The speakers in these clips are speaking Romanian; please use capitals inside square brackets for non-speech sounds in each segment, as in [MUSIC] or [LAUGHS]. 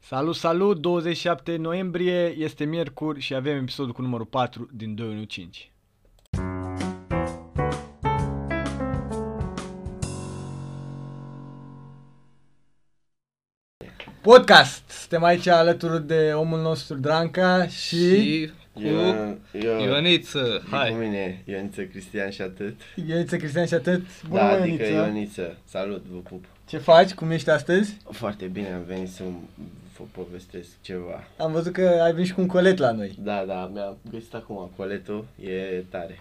Salut, salut! 27 noiembrie, este miercuri și avem episodul cu numărul 4 din 215. Podcast! Suntem aici alături de omul nostru Dranca și, și cu Eu, eu, Ioniță. e cu Hai. mine, Ioniță Cristian și atât. Ioniță Cristian și atât. Bună, da, adică Ioniță. Ioniță. Salut, vă pup. Ce faci? Cum ești astăzi? Foarte bine, am venit să vă povestesc ceva. Am văzut că ai venit și cu un colet la noi. Da, da, mi-am găsit acum coletul, e [LAUGHS] tare.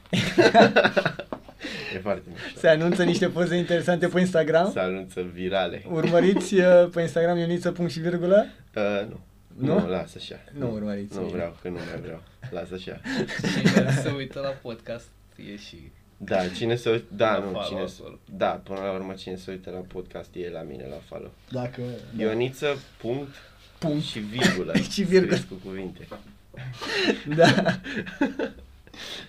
e foarte mișto. Se anunță niște poze interesante pe Instagram. Se anunță virale. Urmăriți uh, pe Instagram Ioniță punct și virgulă. Uh, nu. Nu? Nu, lasă așa. Nu urmăriți. Nu vreau, că nu mai vreau. Lasă așa. Și cine [LAUGHS] se uită la podcast e și... Da, cine se uită, da, La nu, follow cine acolo. Da, până la urmă cine se uită la podcast e la mine la follow. Dacă... [LAUGHS] Ioniță, punct, Punct. și virgulă. [LAUGHS] Și virgulă. Scris cu cuvinte. Da.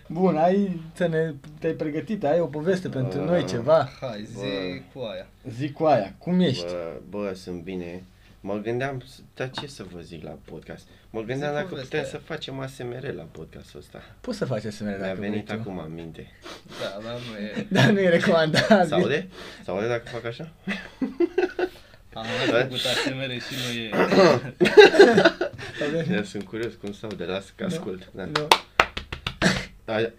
Bun, ai, să ne, te-ai pregătit, ai o poveste pentru Ah. noi, ceva. Hai, zi Bă. cu aia. Zic cu aia, cum ești? Bă, bă, sunt bine. Mă gândeam, s- dar ce să vă zic la podcast? Mă gândeam Zi dacă povestea putem aia. să facem ASMR la podcastul ăsta. Poți să faci asemenea Mi-a dacă [LAUGHS] venit vrei tu. acum în minte. Da, dar nu e... Dar nu e recomandat. [LAUGHS] [LAUGHS] Se aude? Se aude dacă fac așa? Am mai făcut asemere și nu e... Aude? Eu Da, sunt curios cum se aude, las că Da. ascult. Da. [LAUGHS] Nu. [LAUGHS] Da.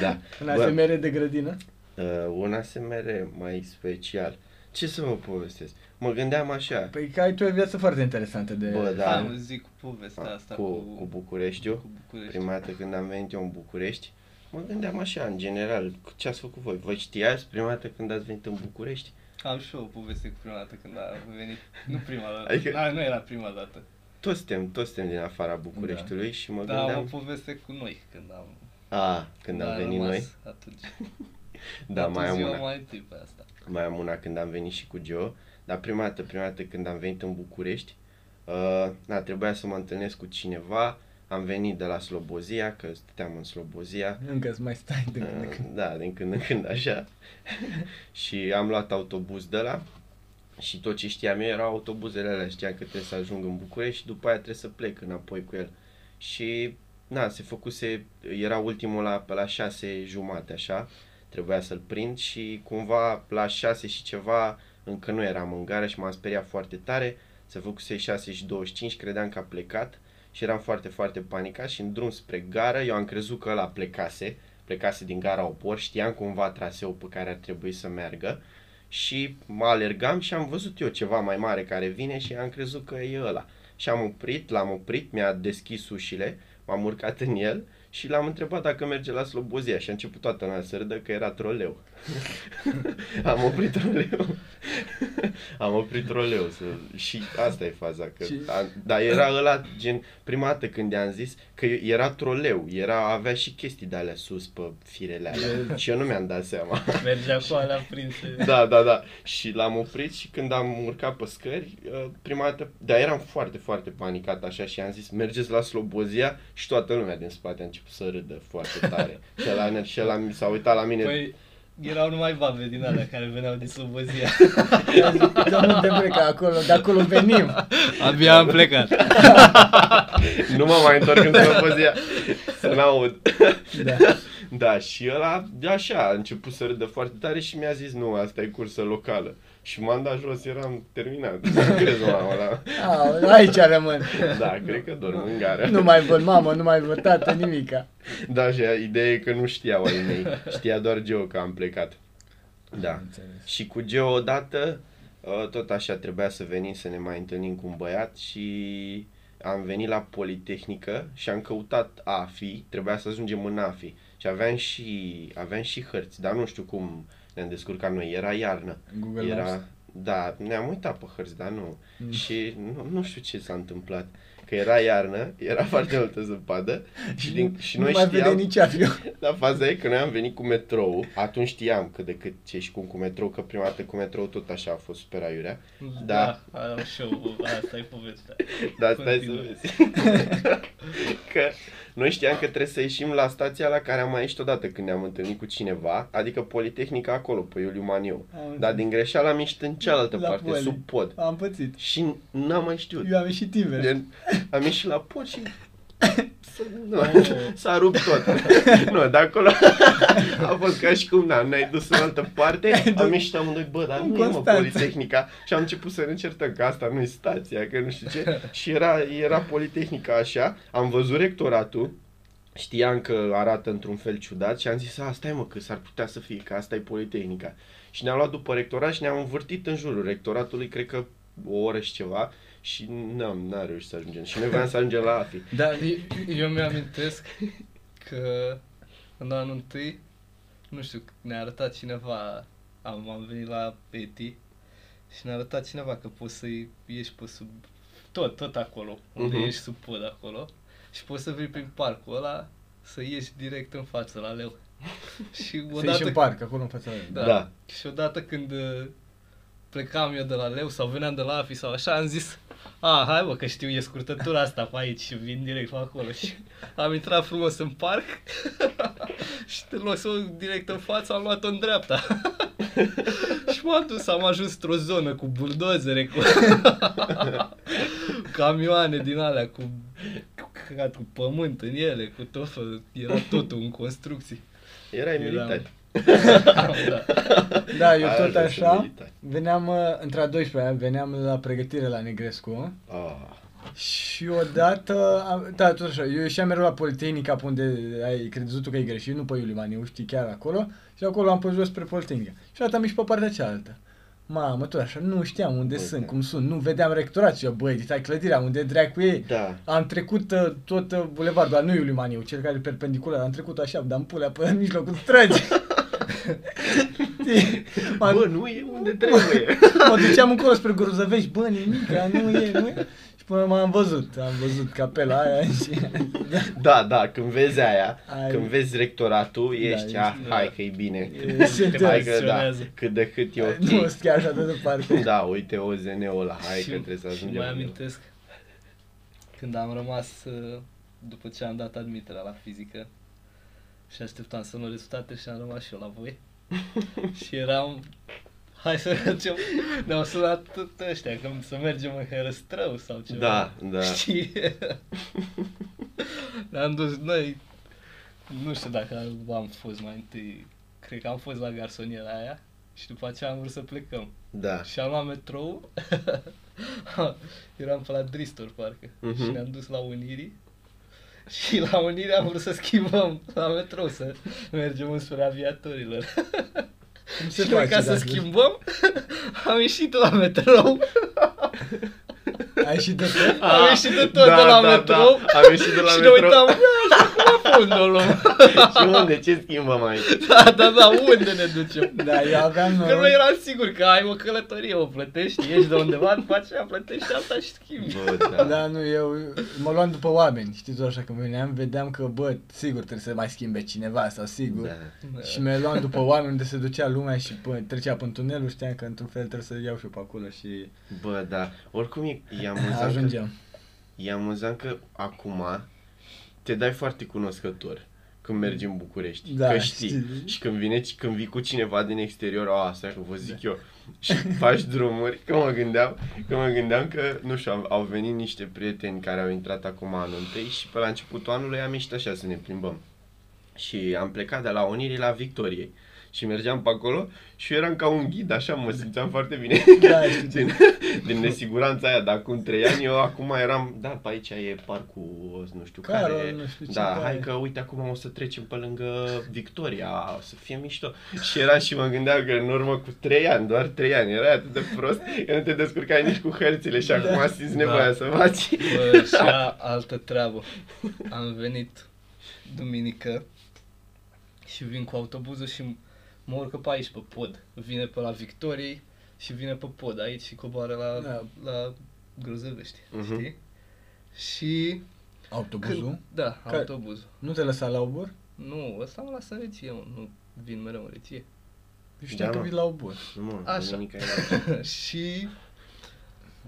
da. Un Bă, ASMR de grădină? uh, un ASMR mai special. Ce să vă povestesc? Mă gândeam așa. Păi că ai tu o viață foarte interesantă de... Bă, Da. [COUGHS] da. Am zic cu povestea asta Cu, cu Bucureștiul. cu București. Prima dată când am venit eu în București, mă gândeam așa, în general, ce ați făcut voi? Vă știați prima dată când ați venit în București? Am și eu o poveste cu prima dată când am venit. Nu prima dată. Adică- Adică... Da, nu era prima dată. Toți suntem, toți suntem din afara Bucureștiului da. și mă Dar am o gândeam... poveste cu noi când am... A, când am a venit rămas noi. Atunci. Da, atunci mai am eu una. mai întâi pe asta. Mai am una când am venit și cu Geo. Dar prima dată, prima dată când am venit în București, uh, na, trebuia să mă întâlnesc cu cineva. Am venit de la Slobozia, că stăteam în Slobozia. Încă îți mai stai de Uh, Da, din când în când [LAUGHS] așa. și am luat autobuz de la și tot ce știam eu erau autobuzele alea, știam că trebuie să ajung în București și după aia trebuie să plec înapoi cu el. Și na, se făcuse, era ultimul la, pe la șase jumate așa, trebuia să-l prind și cumva la șase și ceva încă nu eram în gară și m-am speriat foarte tare, se făcuse 6 și 25, credeam că a plecat și eram foarte, foarte panicat și în drum spre gară, eu am crezut că ăla plecase, plecase din gara Opor, știam cumva traseul pe care ar trebui să meargă și mă alergam și am văzut eu ceva mai mare care vine și am crezut că e ăla. Și am oprit, l-am oprit, mi-a deschis ușile, m-am urcat în el și l-am întrebat dacă merge la Slobozia și a început toată lumea să râdă că era troleu. [LAUGHS] am oprit troleu. [LAUGHS] am oprit troleu să... și asta e faza. Că... Și- A... Dar era ăla gen, prima dată când i-am zis că era troleu, era, avea și chestii de alea sus pe firele alea și eu nu mi-am dat seama. Mergea cu alea prinse. Da, da, da. Și l-am oprit și când am urcat pe scări, uh, prima dată, dar eram foarte, foarte panicat așa și am zis, mergeți la Slobozia și toată lumea din spate a început să râdă foarte tare. și ăla, și ăla mi- s-a uitat la mine. Păi erau numai babe din alea care veneau din Slobozia. Doamne, de breca, acolo, de acolo venim. Abia am plecat. nu mă mai întorc în Slobozia să n-aud. Da. Da, și ăla, de așa, a început să râdă foarte tare și mi-a zis, nu, asta e cursă locală. Și m-am dat jos, eram terminat. Nu crezi, mama, la... Aoleu, Ah, aici rămân. Da, cred că dorm în gară. Nu mai văd mamă, nu mai văd tată, nimica. Da, și ideea e că nu știau ai mei. Știa doar Geo că am plecat. Da. Și cu Geo odată, uh, tot așa trebuia să venim să ne mai întâlnim cu un băiat și am venit la Politehnică și am căutat AFI, trebuia să ajungem în AFI. Și aveam și, aveam și hărți, dar nu știu cum ne-am descurcat noi, era iarnă. Google era, Maps. Mm. Da, ne-am uitat pe hărți, dar nu. Și nu, nu știu ce s-a întâmplat. că era iarnă, era [LAUGHS] foarte multă zăpadă și, din, și nu noi mai știam, vede nici avion. la faza e că noi am venit cu metrou, atunci știam cât de cât ce și cum cu metrou, că prima dată cu metrou tot așa a fost super aiurea, Da. da am și eu, asta e povestea. dar stai să Continuă. vezi. [LAUGHS] că noi știam că trebuie să ieșim la stația la care am mai ieșit odată când ne-am întâlnit cu cineva, adică Politehnica acolo, pe Iuliu Maniu. Am Dar Da, din greșeală am ieșit în cealaltă La parte, poli. sub pod. Am pățit. Și n-am mai știut. Eu am ieșit invers. Gen, am ieșit la pod și s- nu, Oh. s-a rupt tot. nu, de acolo a fost ca și cum na, ne-ai dus în altă parte, am ieșit amândoi, bă, dar În Da, nu e mă Constanța. Politehnica și am început să ne certăm că asta nu e stația, că nu știu ce. Și era, era Politehnica așa, am văzut rectoratul, știam că arată într-un fel ciudat și am zis, a, stai mă, că s-ar putea să fie, că asta e Politehnica. Și ne-am luat după rectorat și ne-am învârtit în jurul rectoratului, cred că o oră și ceva și n-am, n-am reușit să ajungem. Și noi vreau să ajungem la AFI. Da, eu, eu mi-amintesc că în anul întâi, nu știu, ne-a arătat cineva, am, am venit la Eti și ne-a arătat cineva că poți să ieși pe sub, tot, tot acolo, unde Mhm. uh-huh. ești sub pod acolo și poți să vii prin parcul ăla să ieși direct în față la leu. și Să ieși în odată, parc, acolo în fața lui. da, Da. da. Și odată când uh, plecam eu de la Leu sau veneam de la AFI sau așa, am zis a, hai bă, că știu, e scurtătura asta pe aici și vin direct pe acolo și am intrat frumos în parc [LAUGHS] și în loc să o direct în față, am luat-o în dreapta. [LAUGHS] și m-am dus, am ajuns într-o zonă cu buldozere, cu [LAUGHS] camioane din alea, cu, cu, căcat, cu pământ în ele, cu tot, felul- era totul în construcții. [LAUGHS] Erai Eram- militar. da. Da, eu tot Ajuns în așa. militar. Veneam uh, între a 12-a, veneam la pregătire la Negrescu Ah, și odată, am, da, tot așa, eu ieșeam mereu la Politehnica pe unde ai crezut tu că ai greșit, nu pe Iuliu Maniu, știi, chiar acolo și acolo am pus jos spre Politehnica și odată am ieșit pe partea cealaltă. Mamă, tot așa, nu știam unde Bă, sunt, da. cum sunt, nu vedeam rectorat și eu, băi, dita clădirea, unde dracu e, da. Am trecut uh, tot uh, bulevardul, dar nu Iuliu Maniu, cel care e perpendicular, am trecut așa, dar în pulea până în mijlocul [LAUGHS] străzii. Știi? M-am- Bă, nu e unde trebuie. mă duceam încolo spre Gruzăvești, bă, nimic, nu e, nu e. Și până m-am văzut, am văzut capela aia și... [LAUGHS] Da, Da, da, când vezi aia, Ai- când vezi rectoratul, ești, ești- ah, da. hai că e bine. E- se Hai că da, tensionează. cât de cât e Nu ok. sunt chiar așa de departe. Da, uite OZN-ul ăla, hai Și- că trebuie să Și ajungem. mai la el. amintesc când am rămas uh, după ce am dat admiterea la fizică și așteptam să nu rezultate și am rămas și eu la [LAUGHS] voi. și eram... Hai să mergem... Ne-au sunat tot ăștia, că să mergem în Herăstrău sau ceva. Da, da. Știi? Ne-am dus noi... Nu știu dacă am fost mai întâi... Cred că am fost la garsoniera aia și după aceea am vrut să plecăm. Da. Și am luat metrou. [LAUGHS] Eram pe la Dristor, parcă. Mhm. Și ne-am dus la Unirii. Și la Unirii am vrut să schimbăm la metrou, să mergem înspre [LAUGHS] aviatorilor. Cum se Și noi face, da. ca să dacă- schimbăm, [LAUGHS] am ieșit la [LAUGHS] metrou. Ai și de Am Ah, ieșit de tot de la metrou. Da. Am ieșit de la [LAUGHS] și ne metrou. uitam, "Bă, acum la fundul luăm." [LAUGHS] [LAUGHS] și unde? Ce schimbăm aici? Da, da, da, unde ne ducem? Da, eu aveam... Că noroc. noi eram siguri că ai o călătorie, o plătești, ieși de undeva, după aceea plătești asta și schimbi. Bă, da. Da, nu, eu mă luam după oameni, știi tu așa, când veneam, vedeam că, bă, sigur trebuie să mai schimbe cineva sau sigur. da. Și mi-a luat după oameni unde se ducea lumea și pă, trecea până tunelul, știam că într-un fel trebuie să iau și eu pe acolo și Bă, da. Oricum e, e amuzant Ajungem. ajungeam. Că, e amuzant că acum te dai foarte cunoscător când mergi în București. Da, că știi. știi. Și când, vine, când vii cu cineva din exterior, a, stai că vă zic eu. Și faci drumuri, că mă gândeam, că mă gândeam că, nu știu, au, au venit niște prieteni care au intrat acum anul întâi și pe la începutul anului am ieșit așa să ne plimbăm. Și am plecat de la Unirii la Victorie. Și mergeam pe acolo și eu eram ca un ghid, așa mă simțeam foarte bine. Da, știu. din, din nesiguranța aia, dar acum trei ani eu acum eram, da, pe aici e parcul, nu știu Carol, care. nu știu ce da, care. hai că uite acum o să trecem pe lângă Victoria, o să fie mișto. Și era și mă gândeam că în urmă cu trei ani, doar trei ani, era atât de prost că nu te descurcai nici cu hărțile și acum simți Da. nevoia să faci. Bă, și a- altă treabă. Am venit duminică și vin cu autobuzul și m- mă urcă pe aici, pe pod. Vine pe la Victoriei și vine pe pod aici și coboară la, Da. la Grozăvești, Mhm. știi? Și... Autobuzul? Da, Care? autobuzul. Nu te lăsa la obor? Nu, ăsta mă lasă în reție, mă. Nu vin mereu în reție. [LAUGHS] Eu știam Da, că mă. vii la obor. Nu, mă, Așa. nimic ai și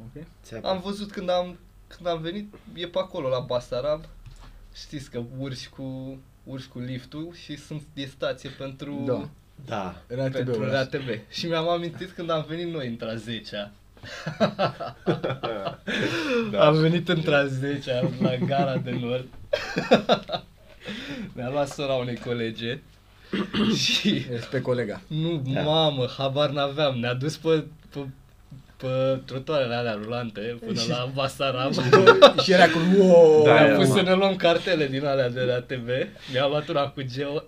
Ok? țeapă. am văzut când am, când am venit, e pe acolo, la Basarab. Știți că urci cu, urci cu liftul și sunt, e stație pentru... Da. Da. Pentru RATB-ul ăla. RATB. Și mi-am amintit când am venit noi între a 10 da. Am venit între a 10 la gara de nord. [LAUGHS] Mi-a luat sora unei [COUGHS] colege și Ești pe colega. [LAUGHS] nu, Da. da. mamă, habar n-aveam. Ne-a dus pe, pe, pe trotuarele alea rulante până la Basarab. Și era cu wow! Da, Ne-a era, pus mă. să ne luăm cartele din alea de la TV, mi-a luat una cu geo [LAUGHS]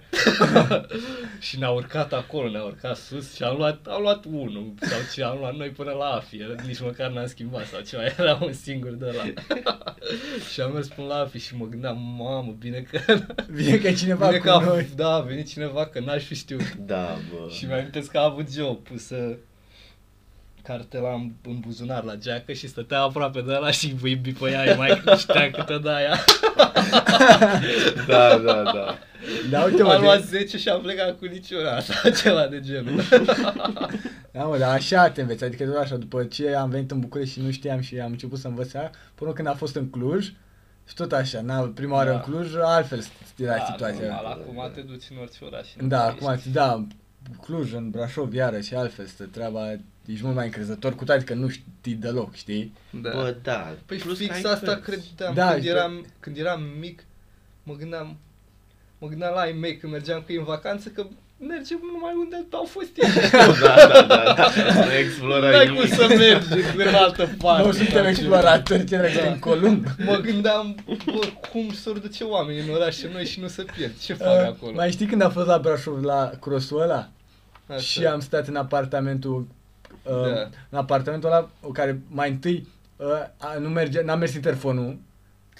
și ne-a urcat acolo, ne-a urcat sus și am luat, am luat unul sau ce am luat noi până la AFI, era- nici măcar n-am schimbat sau ceva, [LAUGHS] era un singur de la. [LAUGHS] și am mers până la AFI și mă gândeam, mamă, bine că, Vine că e cineva bine cu că a, noi. da, a venit cineva că n-aș fi știut. Da, bă. Și mi-am amintesc că a avut Joe pusă cartela în, în buzunar la geacă și stătea aproape de ăla și îi bipăia, îi mai știa câtă da aia. Da, da, da. Da, uite am luat mă, de... 10 și am plecat cu niciuna sau ceva de genul. da, mă, dar așa te înveți, adică tot așa, după ce am venit în București și nu știam și am început să învăț aia, până când a fost în Cluj, și tot așa, na, prima oară Da. în Cluj, altfel era Da, situația. normal, acum te duci în orice oraș. Da, acum, da, Cluj, în Brașov, iarăși, altfel stă treaba, ești mult mai încrezător, cu toate că nu știi deloc, știi? Da. Da. Bă, da. păi Plus că fix ai asta cărți. credeam Da, când, și- eram, când eram mic, mă gândeam, mă gândeam la ai mei când mergeam cu ei în vacanță că mergem numai unde au fost ei. Da, da, da, da. Nu explorai [LAUGHS] N-ai cum nimic. să mergi în altă parte. Nu suntem exploratori, ce dracu, Da. în Columb. Mă gândeam, bă, cum s-or duce oamenii în oraș și noi și nu se pierd. Ce fac [LAUGHS] Uh, acolo? Mai știi când am fost la Brașov, la crossul ăla? Așa. Și am stat în apartamentul uh, Da. în apartamentul ăla care mai întâi uh, a, nu merge, n-a mers interfonul.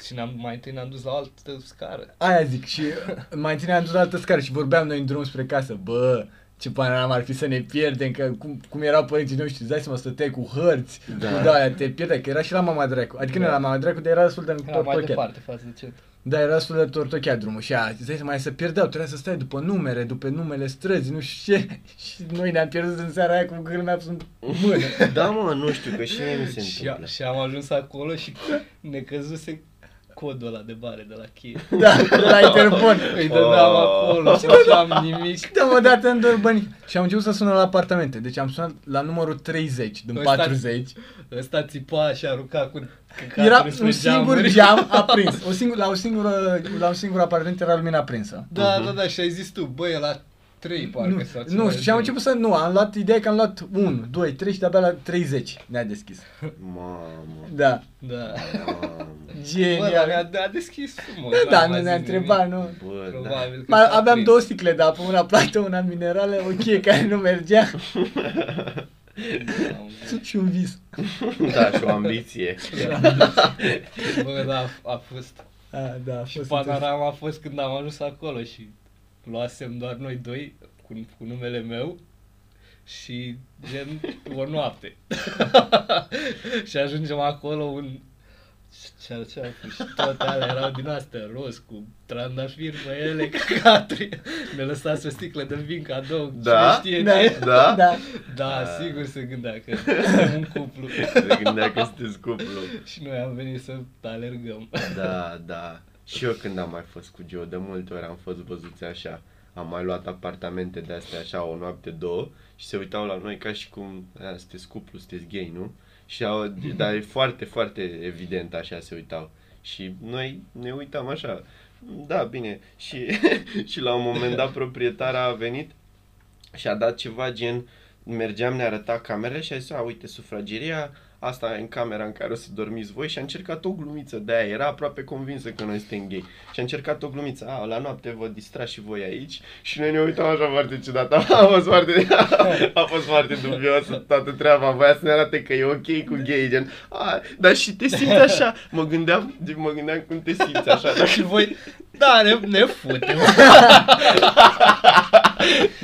Și ne-am, mai întâi ne-am dus la o altă scară. Aia zic și uh, mai întâi ne-am dus la altă scară și vorbeam noi în drum spre casă. Bă, ce panorama ar fi să ne pierdem, că cum, cum erau părinții noștri, îți dai seama, stăteai cu hărți, da. Da. cu da, te pierdeai, că era și la mama dracu. Adică da. nu Da. era la mama dracu, dar era destul de Era mai tortocheat. departe față de centru. Da, era destul de tortocheat drumul și aia, îți dai seama, se pierdeau, trebuia să stai după numere, după numele străzi, nu știu ce. [LAUGHS] Și noi ne-am pierdut în seara aia cu gâlmea în mână. Da, mă, nu știu, că și mie mi se Și, a, întâmplă. și am ajuns acolo și ne căzuse codul ăla de bare de la cheie. Da, de la Interpol. Îi dădeam Oh. acolo, nu făceam nimic. Dăm o dată în doi bani. Și am început să sună la apartamente. Deci am sunat la numărul 30 din Ăsta- 40. Ăsta țipa și arunca cu căcatul Era spre un singur [LAUGHS] geamuri. geam aprins. O singur, la, o singură, la un singur apartament era lumina aprinsă. Da, Mhm. da, da, și ai zis tu, băi, e la 3 parcă Nu, sau ceva nu de și am genul. început să... Nu, am luat ideea e că am luat 1, 2, 3 și de-abia la 30 ne-a deschis. Mamă, Da. [LAUGHS] Da. mamă. Bă, dar Genial. mi-a, a deschis frumos. Da, n-am da, mai nu ne-a zis întrebat, nimic. nu. Bă, da. Probabil că Mai s-a aveam prins. două sticle de apă, una plată, una minerală, o cheie [LAUGHS] care nu mergea și un vis. Da, și o ambiție. Bă, da, a- a fost A, da, a Și fost panorama a fost când am ajuns acolo și luasem doar noi doi cu, cu numele meu și gen o noapte. [LAUGHS] și ajungem acolo un ce ce și toate alea erau din astea roz cu trandafiri pe ele [LAUGHS] căcaturi. Ne lăsați o sticlă de vin cadou, Da? cine știe Da, ce. da, Da? da. Da, Da. sigur se gândea că suntem un cuplu. Se gândea că sunteți cuplu. și noi am venit să alergăm. [LAUGHS] [LAUGHS] Da, da. Și eu când am mai fost cu Gio, de multe ori am fost văzuți așa. Am mai luat apartamente de astea așa o noapte, două și se uitau la noi ca și cum "A, sunteți cuplu, sunteți gay, nu? Și au, dar e foarte, foarte evident așa se uitau. Și noi ne uitam așa. Da, bine. Și, [LAUGHS] și la un moment dat proprietara a venit și a dat ceva gen mergeam, ne arăta camerele și a zis, a, uite, sufrageria, asta e în camera în care o să dormiți voi și a încercat o glumiță de aia, era aproape convinsă că noi suntem gay și a încercat o glumiță, a, la noapte vă distrați și voi aici și noi ne uitam așa foarte ciudat, [LAUGHS] a fost foarte, a fost foarte dubioasă toată treaba, voia să ne arate că e ok cu gay, gen, a, dar și te simți așa, mă gândeam, mă gândeam cum te simți așa, dacă Și voi, da, ne, ne futem.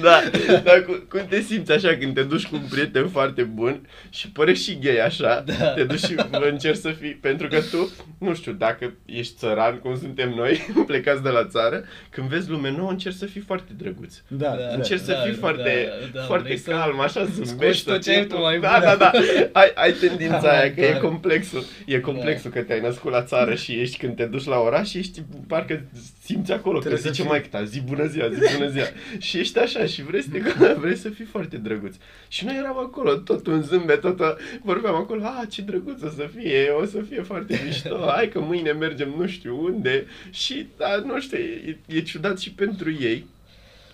Da, dar cu, cum te simți așa când te duci cu un prieten foarte bun și părești și gay așa, da. te duci și bă, încerci să fii, pentru că tu, nu știu, dacă ești țăran, cum suntem noi, [LAUGHS] plecați de la țară, când vezi lume nouă, încerci să fii foarte drăguț. Da, Da. da. Încerci să da, fii da, foarte, da, da, foarte vrei să calm, așa scoți zâmbești. tot tot ce ai timpul. tu mai Da, bun. da, da. Ai, ai tendința [LAUGHS] Da, aia, că e da. complexul. E complexul că te-ai născut la țară și ești când te duci la oraș și ești, parcă simți acolo Trebuie că să zice fii. mai ta, zi bună ziua, zi bună ziua. și ești așa și vrei să, te, [LAUGHS] vrei să fii foarte drăguț. Și noi eram acolo, tot un zâmbet, tot vorbeam acolo, a, ce drăguț o să fie, o să fie foarte mișto, hai că mâine mergem nu știu unde. Și, da, nu știu, e, e ciudat și pentru ei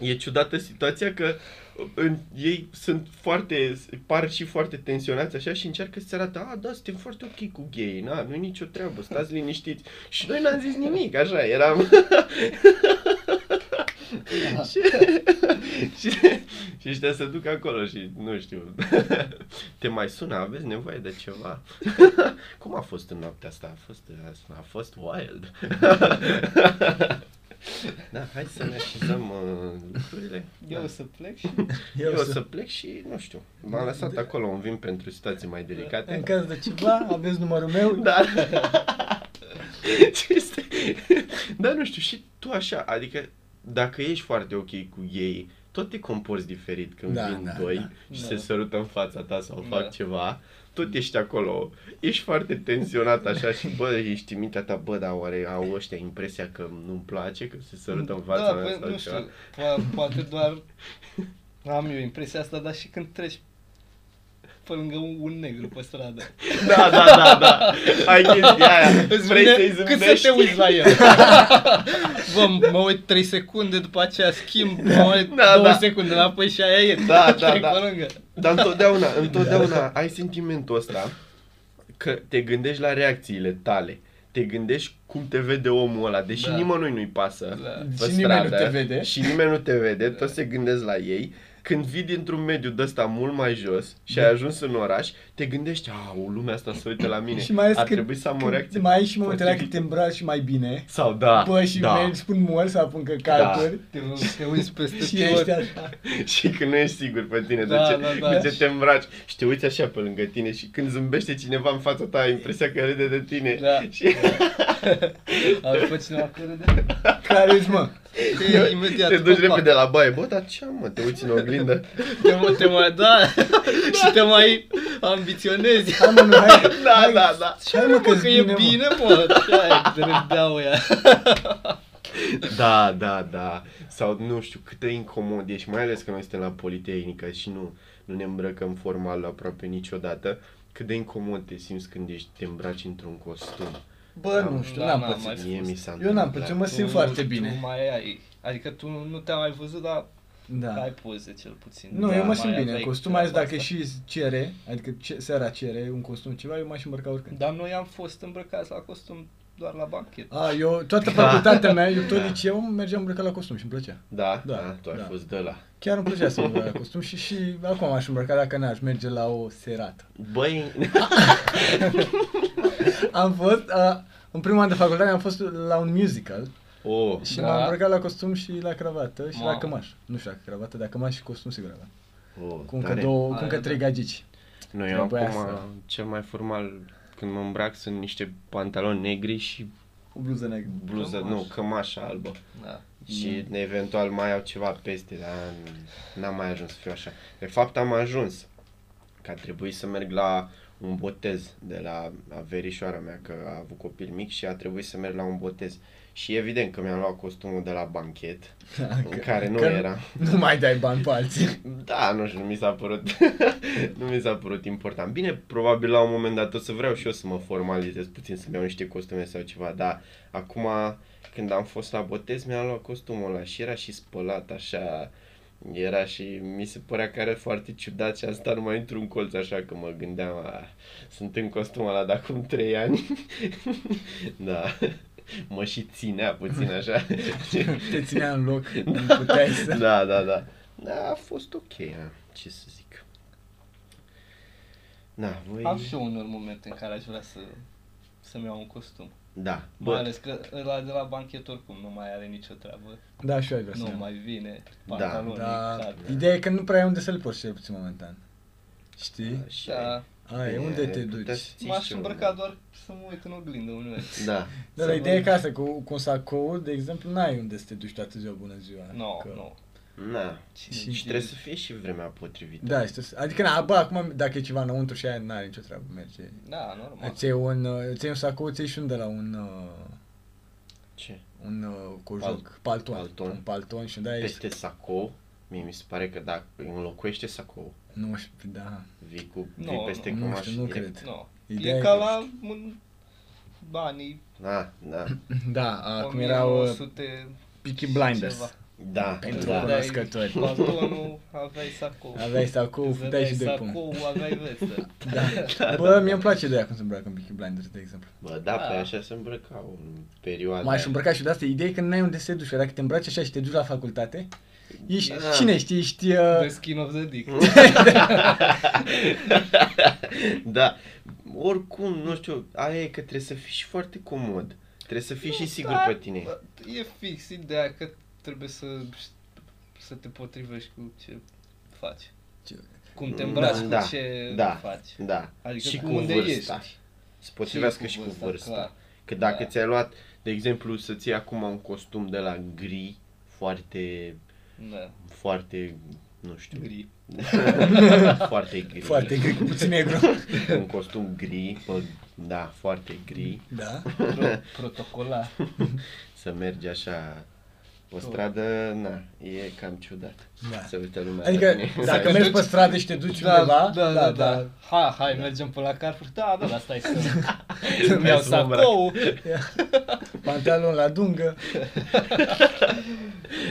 e ciudată situația că în, ei sunt foarte, par și foarte tensionați așa și încearcă să se arată, a, da, suntem foarte ok cu gay, na, nu-i nicio treabă, stați liniștiți. Și noi n-am zis nimic, așa, eram... și, și, și ăștia se duc acolo și, nu știu, te mai sună, aveți nevoie de ceva? Cum a fost în noaptea asta? A fost, a fost wild. Da, hai să ne așezăm uh, lucrurile. Eu da. o să plec și... Eu, Eu o să plec și, nu știu, m-am lăsat acolo un vin pentru situații mai delicate. În caz de ceva, aveți numărul meu. Da. [LAUGHS] Ce este? Da, nu știu, și tu așa, adică dacă ești foarte ok cu ei, tot te comporți diferit când da, Da, vin da, da, doi da. și Da. se sărută în fața ta sau Da. fac ceva, tot ești acolo, ești foarte tensionat așa și bă, ești în mintea ta, bă, dar oare au ăștia impresia că nu-mi place, că se sărută în fața da, mea păi, sau nu ceva? știu, po- poate doar am eu impresia asta, dar și când treci pe lângă un, un negru pe stradă. Da, da, da, da. Ai chestia aia. Îți Vrei să-i vine cât să zâmbești? te uiți la [LAUGHS] el. Bă, mă uit 3 secunde, după aceea schimb, mă uit Da, 2 da. secunde înapoi și aia e. Da, da, Trec da. pe lângă. Dar [LAUGHS] întotdeauna, Da. întotdeauna ai sentimentul ăsta că te gândești la reacțiile tale. Te gândești cum te vede omul ăla, deși Da. nimănui nu-i pasă Da. pe Și nimeni nu stradă te vede. Da. Și nimeni nu te vede, toți se gândesc la ei. Când vii dintr-un mediu de ăsta mult mai jos Da. și ai ajuns în oraș, te gândești, au, lumea asta se uită la mine. [LAUGHS] Și mai ales Ar când- trebui să am o când reacție. Mai ai și momentele alea când te potrivită." îmbraci mai bine. Sau da. Bă, și da. mergi, spun mor sau pun căcaturi. Te, te uiți Da. peste Și ești tot. așa. [LAUGHS] Și când nu ești sigur pe tine Da, de ce, da, da. de ce te îmbraci și te uiți așa pe lângă tine și când zâmbește cineva în fața ta ai impresia că râde de tine. Da. [LAUGHS] Și Avem pe cineva care de... Care ești, mă? Te, imediat, te duci copac. repede la baie. Bă, dar ce am, mă? Te uiți în [LAUGHS] oglindă? Te, mă- te mai, [LAUGHS] da, și te mai ambiționezi. Hai, mă, nu, hai. Da, hai, da, da. Ce Hai, mă, că, că-s e bine, mă. bine, mă. Ce ai, [LAUGHS] drădeau ea. Da, da, da. Sau nu știu cât de incomod ești, mai ales că noi suntem la Politehnică și nu, nu ne îmbrăcăm formal aproape niciodată. Cât de incomod te simți când ești, te îmbraci într-un costum. Bă, Da, nu știu, da, n-am n-am pățit. mai Mie fost. mi s-a Eu n-am întâmplat. pățit, mă simt Tu- foarte Tu bine. mai ai, adică tu nu te-am mai văzut, dar Da. ai poze cel puțin. Nu, Da, eu mă mai simt bine. aveai Costum, mai ales treaba dacă asta. și cere, adică ce, seara cere un costum ceva, eu m-aș îmbrca Da. oricând. Dar noi am fost îmbrăcați la costum doar la banchet. A, eu, toată Da. facultatea mea, eu tot Da. liceul, mergeam îmbrăcat la costum și îmi plăcea. Da, da, Da, da, tu ai da. fost de la. Chiar îmi plăcea să mă îmbrăc la costum și, și acum aș îmbrăca dacă n-aș merge la o serată. Băi, [LAUGHS] Am fost, uh, în primul an de facultate am fost la un musical oh, și Da. m-am îmbrăcat la costum și la cravată și la Mamă. cămaș. Nu știu dacă cravată, dar cămaș și costum sigur aveam. oh, Cu încă tare. două, cu Aia, încă da. trei gagici. Noi Trebuia acum, să- cel mai formal, când mă îmbrac, sunt niște pantaloni negri și Cu bluză neagră. bluză, Cămașă. nu, cămașă albă. Da. Păi- Și eventual mai au ceva peste, dar n- n-am mai ajuns să fiu așa. De fapt, am ajuns că a trebuit să merg la un botez de la la verișoara mea, că a avut copil mic și a trebuit să merg la un botez. Și evident că mi-am luat costumul de la banchet, în care nu Da, că- era. [LAUGHS] Nu mai dai bani pe [LAUGHS] alții. Da, nu știu, nu mi s-a părut, [LAUGHS] nu mi s-a părut important. Bine, probabil la un moment dat o să vreau și eu să mă formalizez puțin, să-mi iau niște costume sau ceva, dar acum când am fost la botez mi-am luat costumul ăla și era și spălat așa, era și mi se părea că are foarte ciudat și am stat numai într-un colț așa că mă gândeam, a, sunt în costumul ăla de acum 3 ani, [LAUGHS] da, mă și ținea puțin așa. [LAUGHS] Te ținea în [LAUGHS] loc, nu puteai să... Da, da, da. Da, a fost ok, a, ce să zic. Da, voi... Am și eu unor momente în care aș vrea să, să-mi iau un costum. Da. Mai Bă, ales că ăla de la banchet oricum nu mai are nicio treabă. Da, și eu ai vrea să Nu iau. mai vine Da, pantaloni, Da, da, ideea e că nu prea ai unde să-l porți cel puțin momentan. Știi? așa e. da. Ai, unde te duci? Ți M-aș și îmbrăca eu. doar să mă uit în oglindă uneori. Da. Dar Să la ideea văd. e că asta, cu, cu un sacou, de exemplu, n-ai unde să te duci toată ziua bună ziua. Nu, că... nu. Na. Cine Și știe? Și trebuie să fie și vremea potrivită. Da, știu, să- adică, na, bă, acum dacă e ceva înăuntru și aia n-are nicio treabă, merge. Da, normal. Îți iei un, uh, îți iei un sacou, îți iei și un de la un, uh, Ce? un uh, cu Pal- joc, palton. palton. Un palton și de Peste sacou, mie mi se pare că dacă înlocuiește sacou, nu știu, da, vii cu vii Nu, peste nu cămașă. știu, nu direct. cred. Nu. Ideea E ca la un... banii Da, da, [LAUGHS] Da, a, cum erau uh, 1900 Peaky Blinders. ceva. da, Pentru da. că- cunoscători. Pantonul, aveai sacou. Aveai sacou, Îți puteai și de dădeai pun. sacou, aveai vestă. [LAUGHS] [LAUGHS] Da. Bă, mie îmi place de aia cum se îmbracă în Peaky Blinders, de exemplu. Bă, Da. da, pe așa se îmbrăcau în perioada M-aș aia. îmbrăca și de asta. Ideea e că n-ai unde să te duci. că Dacă te îmbraci așa și te duci la facultate, ești, Da. cine știe, ești... uh, The skin of the dick. Da, oricum, nu știu, aia e că trebuie să fii și foarte comod. Trebuie să fii și sigur Da, pe tine. bă, E fix ideea că trebuie să, să te potrivești cu ce faci. Ce- Cum te Da, îmbraci, da, cu ce da. faci. Da, Adică și cu cu unde vârsta. ești. Să potrivească și cu clar. vârsta. Că dacă Da. ți-ai luat, de exemplu, să-ți iei acum un costum de la gri, foarte, Da, foarte, nu știu, gri. [LAUGHS] foarte gri. [LAUGHS] Foarte greu, cu puțin negru. Un costum gri, bă, da, foarte gri, Da? [LAUGHS] Pro- protocolar. să mergi așa o Tu. stradă, na, e cam ciudat. Da. Să uite lumea. la Adică tine. dacă Te mergi duci- pe stradă și te duci undeva, da, da, da. Ha, hai, mergem până la Carrefour. Da, da, da, stai [LAUGHS] să îmi iau Hai să mă îmbrac. sacou. pantalon la dungă.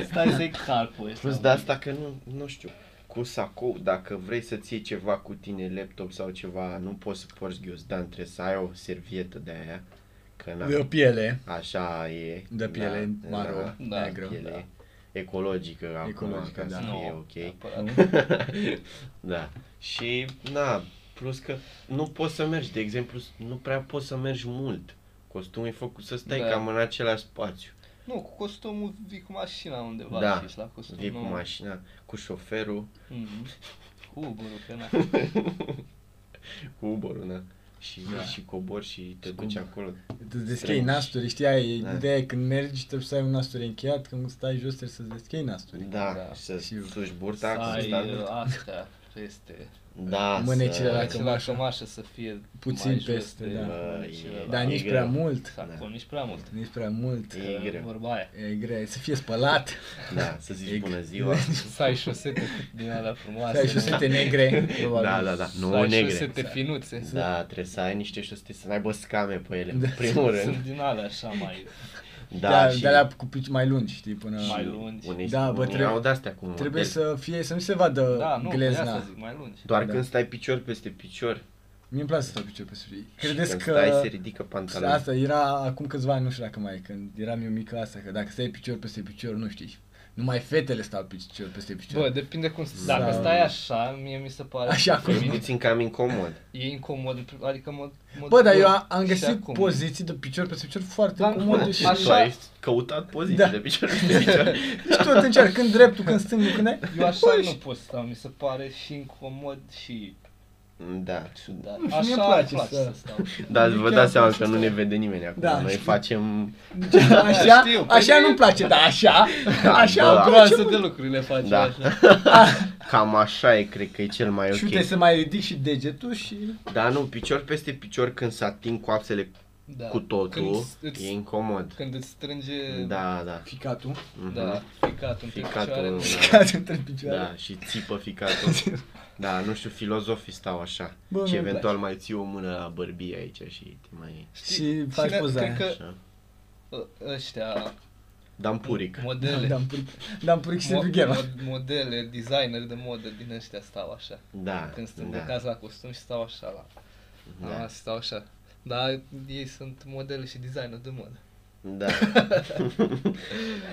Stai să-i calpul ăsta. Plus de asta că nu, nu știu, cu sacou, dacă vrei să-ți iei ceva cu tine, laptop sau ceva, nu poți să porți ghiozdan, trebuie să ai o servietă de aia, că na, De piele, așa e. de piele da, maro, da, da, neagră. piele ecologică, acum, Ecologică, ca da. să Nu, fie ok. neapărat. da. Și, na, plus că nu poți să mergi, de exemplu, nu prea poți să mergi mult. Costumul e făcut să stai Da. cam în același spațiu. Nu, cu costumul vii cu mașina undeva Da. și ești la costum. Vii cu nu. mașina, cu șoferul, Mhm. Uber-ul, că na. cu Uber-ul, na. Și, Da. și cobori și te Și duci cobori. acolo. Îți deschei Strângi. nasturi, știi, aia e Da. ideea e când mergi trebuie să ai un nasturi încheiat, când stai jos trebuie să-ți deschei nasturii. Da, Da. da. să Și- suși Să burta, să ai stai uh, mult. astea peste. Da, mânecile la să... cămașă. Acela cămașă să fie Puțin mai jos peste, de da. mânecile Bă, la- Dar e nici greu. prea mult, Sacou, Da. nici prea mult. nici prea mult. E Că greu. Vorba aia. E greu, să fie [LAUGHS] spălat, Da, să E zici bună [LAUGHS] ziua. Să ai șosete din alea frumoase. să ai șosete Exact. negre, probabil. Da, da, da. Să Nu ai negre. șosete finuțe. Da, trebuie să ai niște șoste, să n-aibă scame pe ele, Da. în [LAUGHS] primul rând. Sunt din alea așa mai... Da, Da, și de alea cu pici mai lungi, știi, până... Mai lungi. Unii, Da, da, bă, bă, unii trebuie- au de-astea cu un Trebuie model. să fie, să nu se vadă Da, nu, pe asta glezna. zic, mai lungi. Doar Da. când stai picior peste picior Mie îmi place să stau picior pe suflet. și Credeți când că... stai se ridică pantalonul. Asta era acum câțiva ani, nu știu dacă mai e, când eram eu mică asta, că dacă stai picior peste picior, nu știi. Numai fetele stau picior peste picior. Bă, depinde cum... Dacă Sau- stai așa, mie mi se pare... Așa că e cum- E puțin cam incomod. E incomod, adică mă... mă Bă, dar dor eu a- am și găsit acum. poziții de picior peste picior foarte Da, comode nu, și... așa- Tu ai căutat poziții Da. de picior peste [LAUGHS] picior. Și tot încerc, când dreptul, când stângul, când ai... [LAUGHS] Eu așa Bă, nu și- pot sta, mi se pare și incomod și Da. ciudat. Nu știu, Așa mie îmi îmi place place, să- să stau. Dar vă Chiar dați seama vreau că să nu ne stau. vede nimeni acum. Da, Noi știu. facem... Așa, știu, păi așa e- nu-mi place, dar așa, Da, așa bă, îmi place. Groază de lucruri le faci Da. așa. Cam așa e, cred că e cel mai Și uite, ok. să mai ridic și degetul și... Dar nu, picior peste picior când se ating coapsele Da. cu totul, Când e îți, incomod. când îți strânge Da, da. Ficatul. mhm. da, ficatul între picioare. Ficatul. nu- da. Ficatul între picioare. Da, și țipă ficatul. Da, nu știu, filozofii stau așa. Bă, și nu-mi eventual mai ții o mână la bărbie aici și te mai... [LAUGHS] Și faci cine- poza cred aia. că Așa. ă, ăștia, Dampuric. Da, modele, Dar am puric, dar am puric și mo- Silviu Gheba. mod- modele, designer de modă din ăștia stau așa. Da, Când sunt da, îmbrăcați la costum și stau așa la... da, Da. stau așa. Dar ei sunt modele și designer de modă. [LAUGHS] da.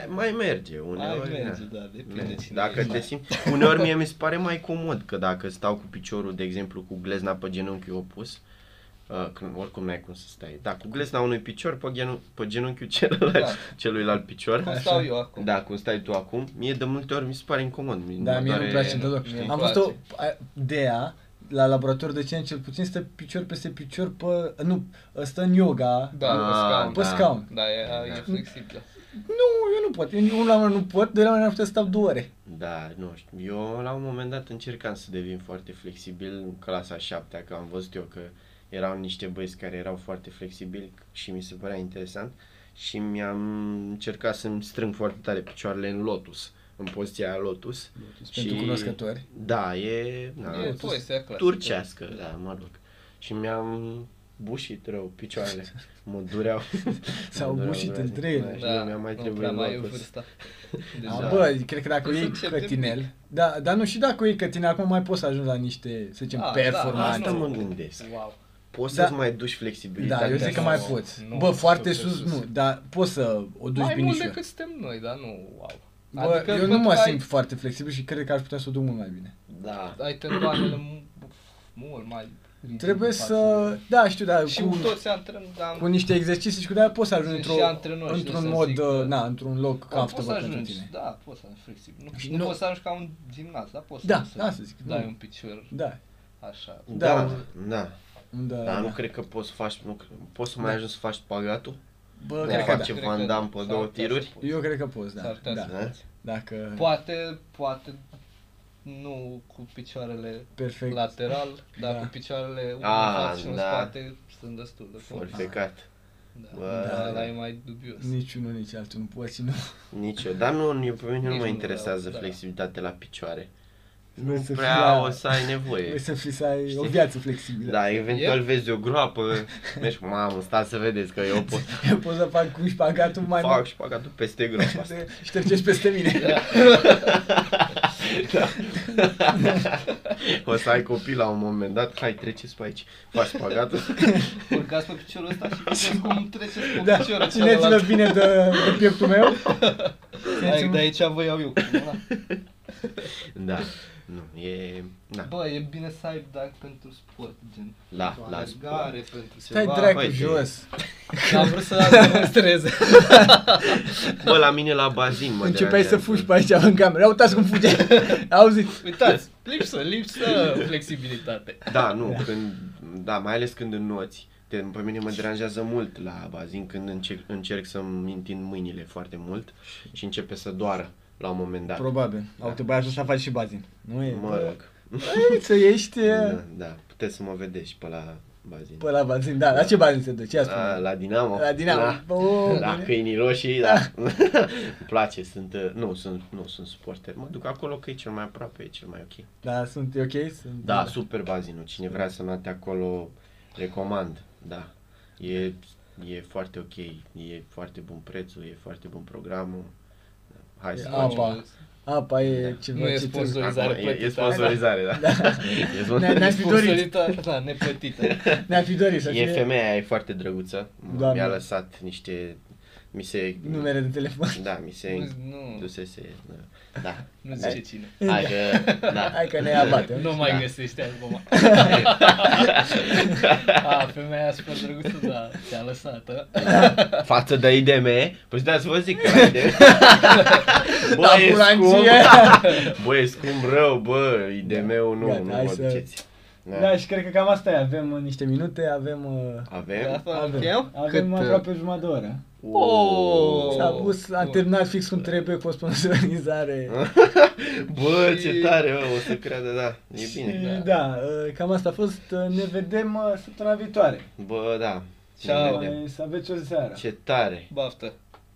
mai merge uneori. Ai merge, da. da, depinde Merge. cine Dacă ești. te simți, uneori mie mi se pare mai comod că dacă stau cu piciorul, de exemplu, cu glezna pe genunchiul opus, Uh, când, oricum n-ai cum să stai. Da, cu glesna unui picior pe, genu- pe genunchiul celălalt, Da. celuilalt picior. Cum stau eu acum? Da, cum stai tu acum, mie de multe ori mi se pare incomod. Mi Da, mă mie doare- Ah, nu-mi place nu, deloc. mie îmi Am place. văzut o a- de ea, la laborator de cien cel puțin stă picior peste picior pe... Nu, stă în yoga. Da, pe scaun. Pe scaun. Da, e, Da. e flexibil. Nu, eu nu pot. Eu unul la mână nu pot, de la mână ar putea să stau două ore. Da, nu știu. Eu la un moment dat încercam să devin foarte flexibil în clasa 7 că am văzut eu că erau niște băieți care erau foarte flexibili și mi se părea interesant și mi-am încercat să-mi strâng foarte tare picioarele în lotus, în poziția aia lotus. Și- Pentru cunoscători. Da, e... Na, E poezia clasică. turcească, da, mă rog. Și mi-am bușit rău [LAUGHS] picioarele. Mă dureau. S-au Mă dureau bușit groaznic. între ele. Da, da, mi-a mai nu trebuit prea mai e locul să- vârsta. A, Da. bă, cred că dacă Nu iei sunt ce cătinel, da, dar nu și dacă iei cătinel, acum mai poți să ajungi la niște, să zicem, Ah, da, performanțe. Asta nu. mă gândesc. Wow. Poți Da. să-ți mai duci flexibilitatea. Da, eu zic că asta. mai Nu, poți. nu, Bă, foarte super sus, sus. nu, dar poți să o duci Mai mult binișor. decât suntem noi, dar nu wow. Adică Bă, eu nu pentru mă că simt foarte flexibil și cred că aș putea să o duc mult mai bine. Da. Ai, ai tendoanele mu- mult mai rigide Trebuie față să, de- da, știu, da, Și cu, toți se antrenăm, dar... cu niște exerciții și cu de-aia poți să ajungi Sunt într-o, și antrenori, într-un știi, să mod, zic că- uh, na, într-un loc Da, poți să comfortable pentru ajungi, tine. da, poți să ajungi flexibil. Nu, Și nu, nu- poți să ajungi ca un gimnast, dar poți Da, să asta zic, dai nu. un picior Da, așa. Da. Da, da. da, Dar nu da. cred că poți să faci, nu, cre- poți să mai Da. ajungi să faci spagatul? Bă, Da, cred că fac da. ce- Cred Van că Damme pe s-ar două putea tiruri? să poți. Eu cred că poți, da, S-ar putea da. să Da. poți. Dacă Poate, poate nu cu picioarele perfect. lateral, dar Păi- Da. cu picioarele unul Ah, în față și unul în da. spate sunt destul de complicat. Forfecat. Da, Bă. da, ăla e mai dubios. Nici unul, nici altul nu poți, nu. Nici eu. Dar nu, eu, pe mine nu Nici mă nu, interesează da, da. flexibilitatea la picioare. Vrei Nu să fii prea la- o să ai Vrei nevoie. să fii să ai o Știi? viață flexibilă. [LAUGHS] Da, eventual Eu? vezi o groapă, mergi, mamă, stați să vedeți că [LAUGHS] eu pot Eu pot să fac cu spagatul mai fac spagatul peste [LAUGHS] groapa asta. mult. Și trecești peste mine. O să ai copii la un moment dat, hai treceți pe aici, faci [LAUGHS] spagatul. Urcați pe piciorul ăsta și vedeți cum treceți cu Da, piciorul țineți-vă celălalt. bine de, de pieptul meu. [LAUGHS] Hai, de aici vă iau eu. cu mâna. Da, nu, e, da, Ah, Bă, e bine să ai dacă pentru sport, gen. La- pentru la alergare, pentru Stai ceva. dracu băi, jos. Am vrut să demonstreze. Bă, la mine la bazin mă Începeai să deranjează. fugi pe aici în cameră. Ia Uitați cum [LAUGHS] fuge. Auzi? Uitați, lipsă, lipsă flexibilitate. Da, nu, când, da, mai ales când înnoți. Te, pe mine mă deranjează mult la bazin când încerc, încerc să-mi întind mâinile foarte mult și începe să doară la un moment dat. Probabil. Au te băiatul să faci și bazin. Nu e. Da. Mă rog. Băi, să ești Da, da, puteți să mă vedeți și pe la bazin. pe la bazin. Da, la ce bazin se duce? Ia la, spune. Ah, la Dinamo. La Dinamo. Da. Bă, La bine. câinii roșii, da. [LAUGHS] Îmi place, sunt, uh, nu, sunt, nu, sunt suporter. Mă duc acolo că e cel mai aproape, e cel mai ok. Da, sunt e ok? Sunt- Da, super bazinul. Cine vrea să note acolo, recomand. Da. E, e foarte ok. E foarte bun prețul, e foarte bun programul. Hai să E facem. apa. Apa e Da. ceva Nu e ce trebuie. sponsor. Acum, e, e plătită. sponsorizare, [LAUGHS] da. E, Ne- ne-a sponsor... fi dorit. Sponsorită, da, neplătită. Ne-ar fi dorit să e fie femeia, e foarte drăguță. Doamne. Mi-a lăsat niște... Mi se... numere de telefon. [LAUGHS] Da, mi se Nu, nu, dusese... Da. nu zice cine. Hai că... Da. [LAUGHS] Hai că ne abate. Nu mai Da. găsește [LAUGHS] albuma. A, femeia super drăguță, da, ți-a lăsat, a? Față de IDM, păi da, să vă zic că la [LAUGHS] IDM... Bă, La e scump. bulangie. Bă, e scump rău, bă, IDM-ul nu, Da. Gata, nu hai vă să- duceți. Da. [LAUGHS] Da, și cred că cam asta e. Avem uh, niște minute, avem... uh, Avem? Da. Avem, Încheiem? avem uh, Cât, aproape jumătate de oră. Oh! S-a pus, a bun. terminat fix cum trebuie cu o [LAUGHS] Da. sponsorizare. Bă, ce Și- tare, bă, o să creadă, da, e bine. Și, da, uh, cam asta a fost. Uh, Ne vedem uh, săptămâna viitoare. Bă, da, Ciao. ne vedem. Să aveți o seară. ce tare. Baftă.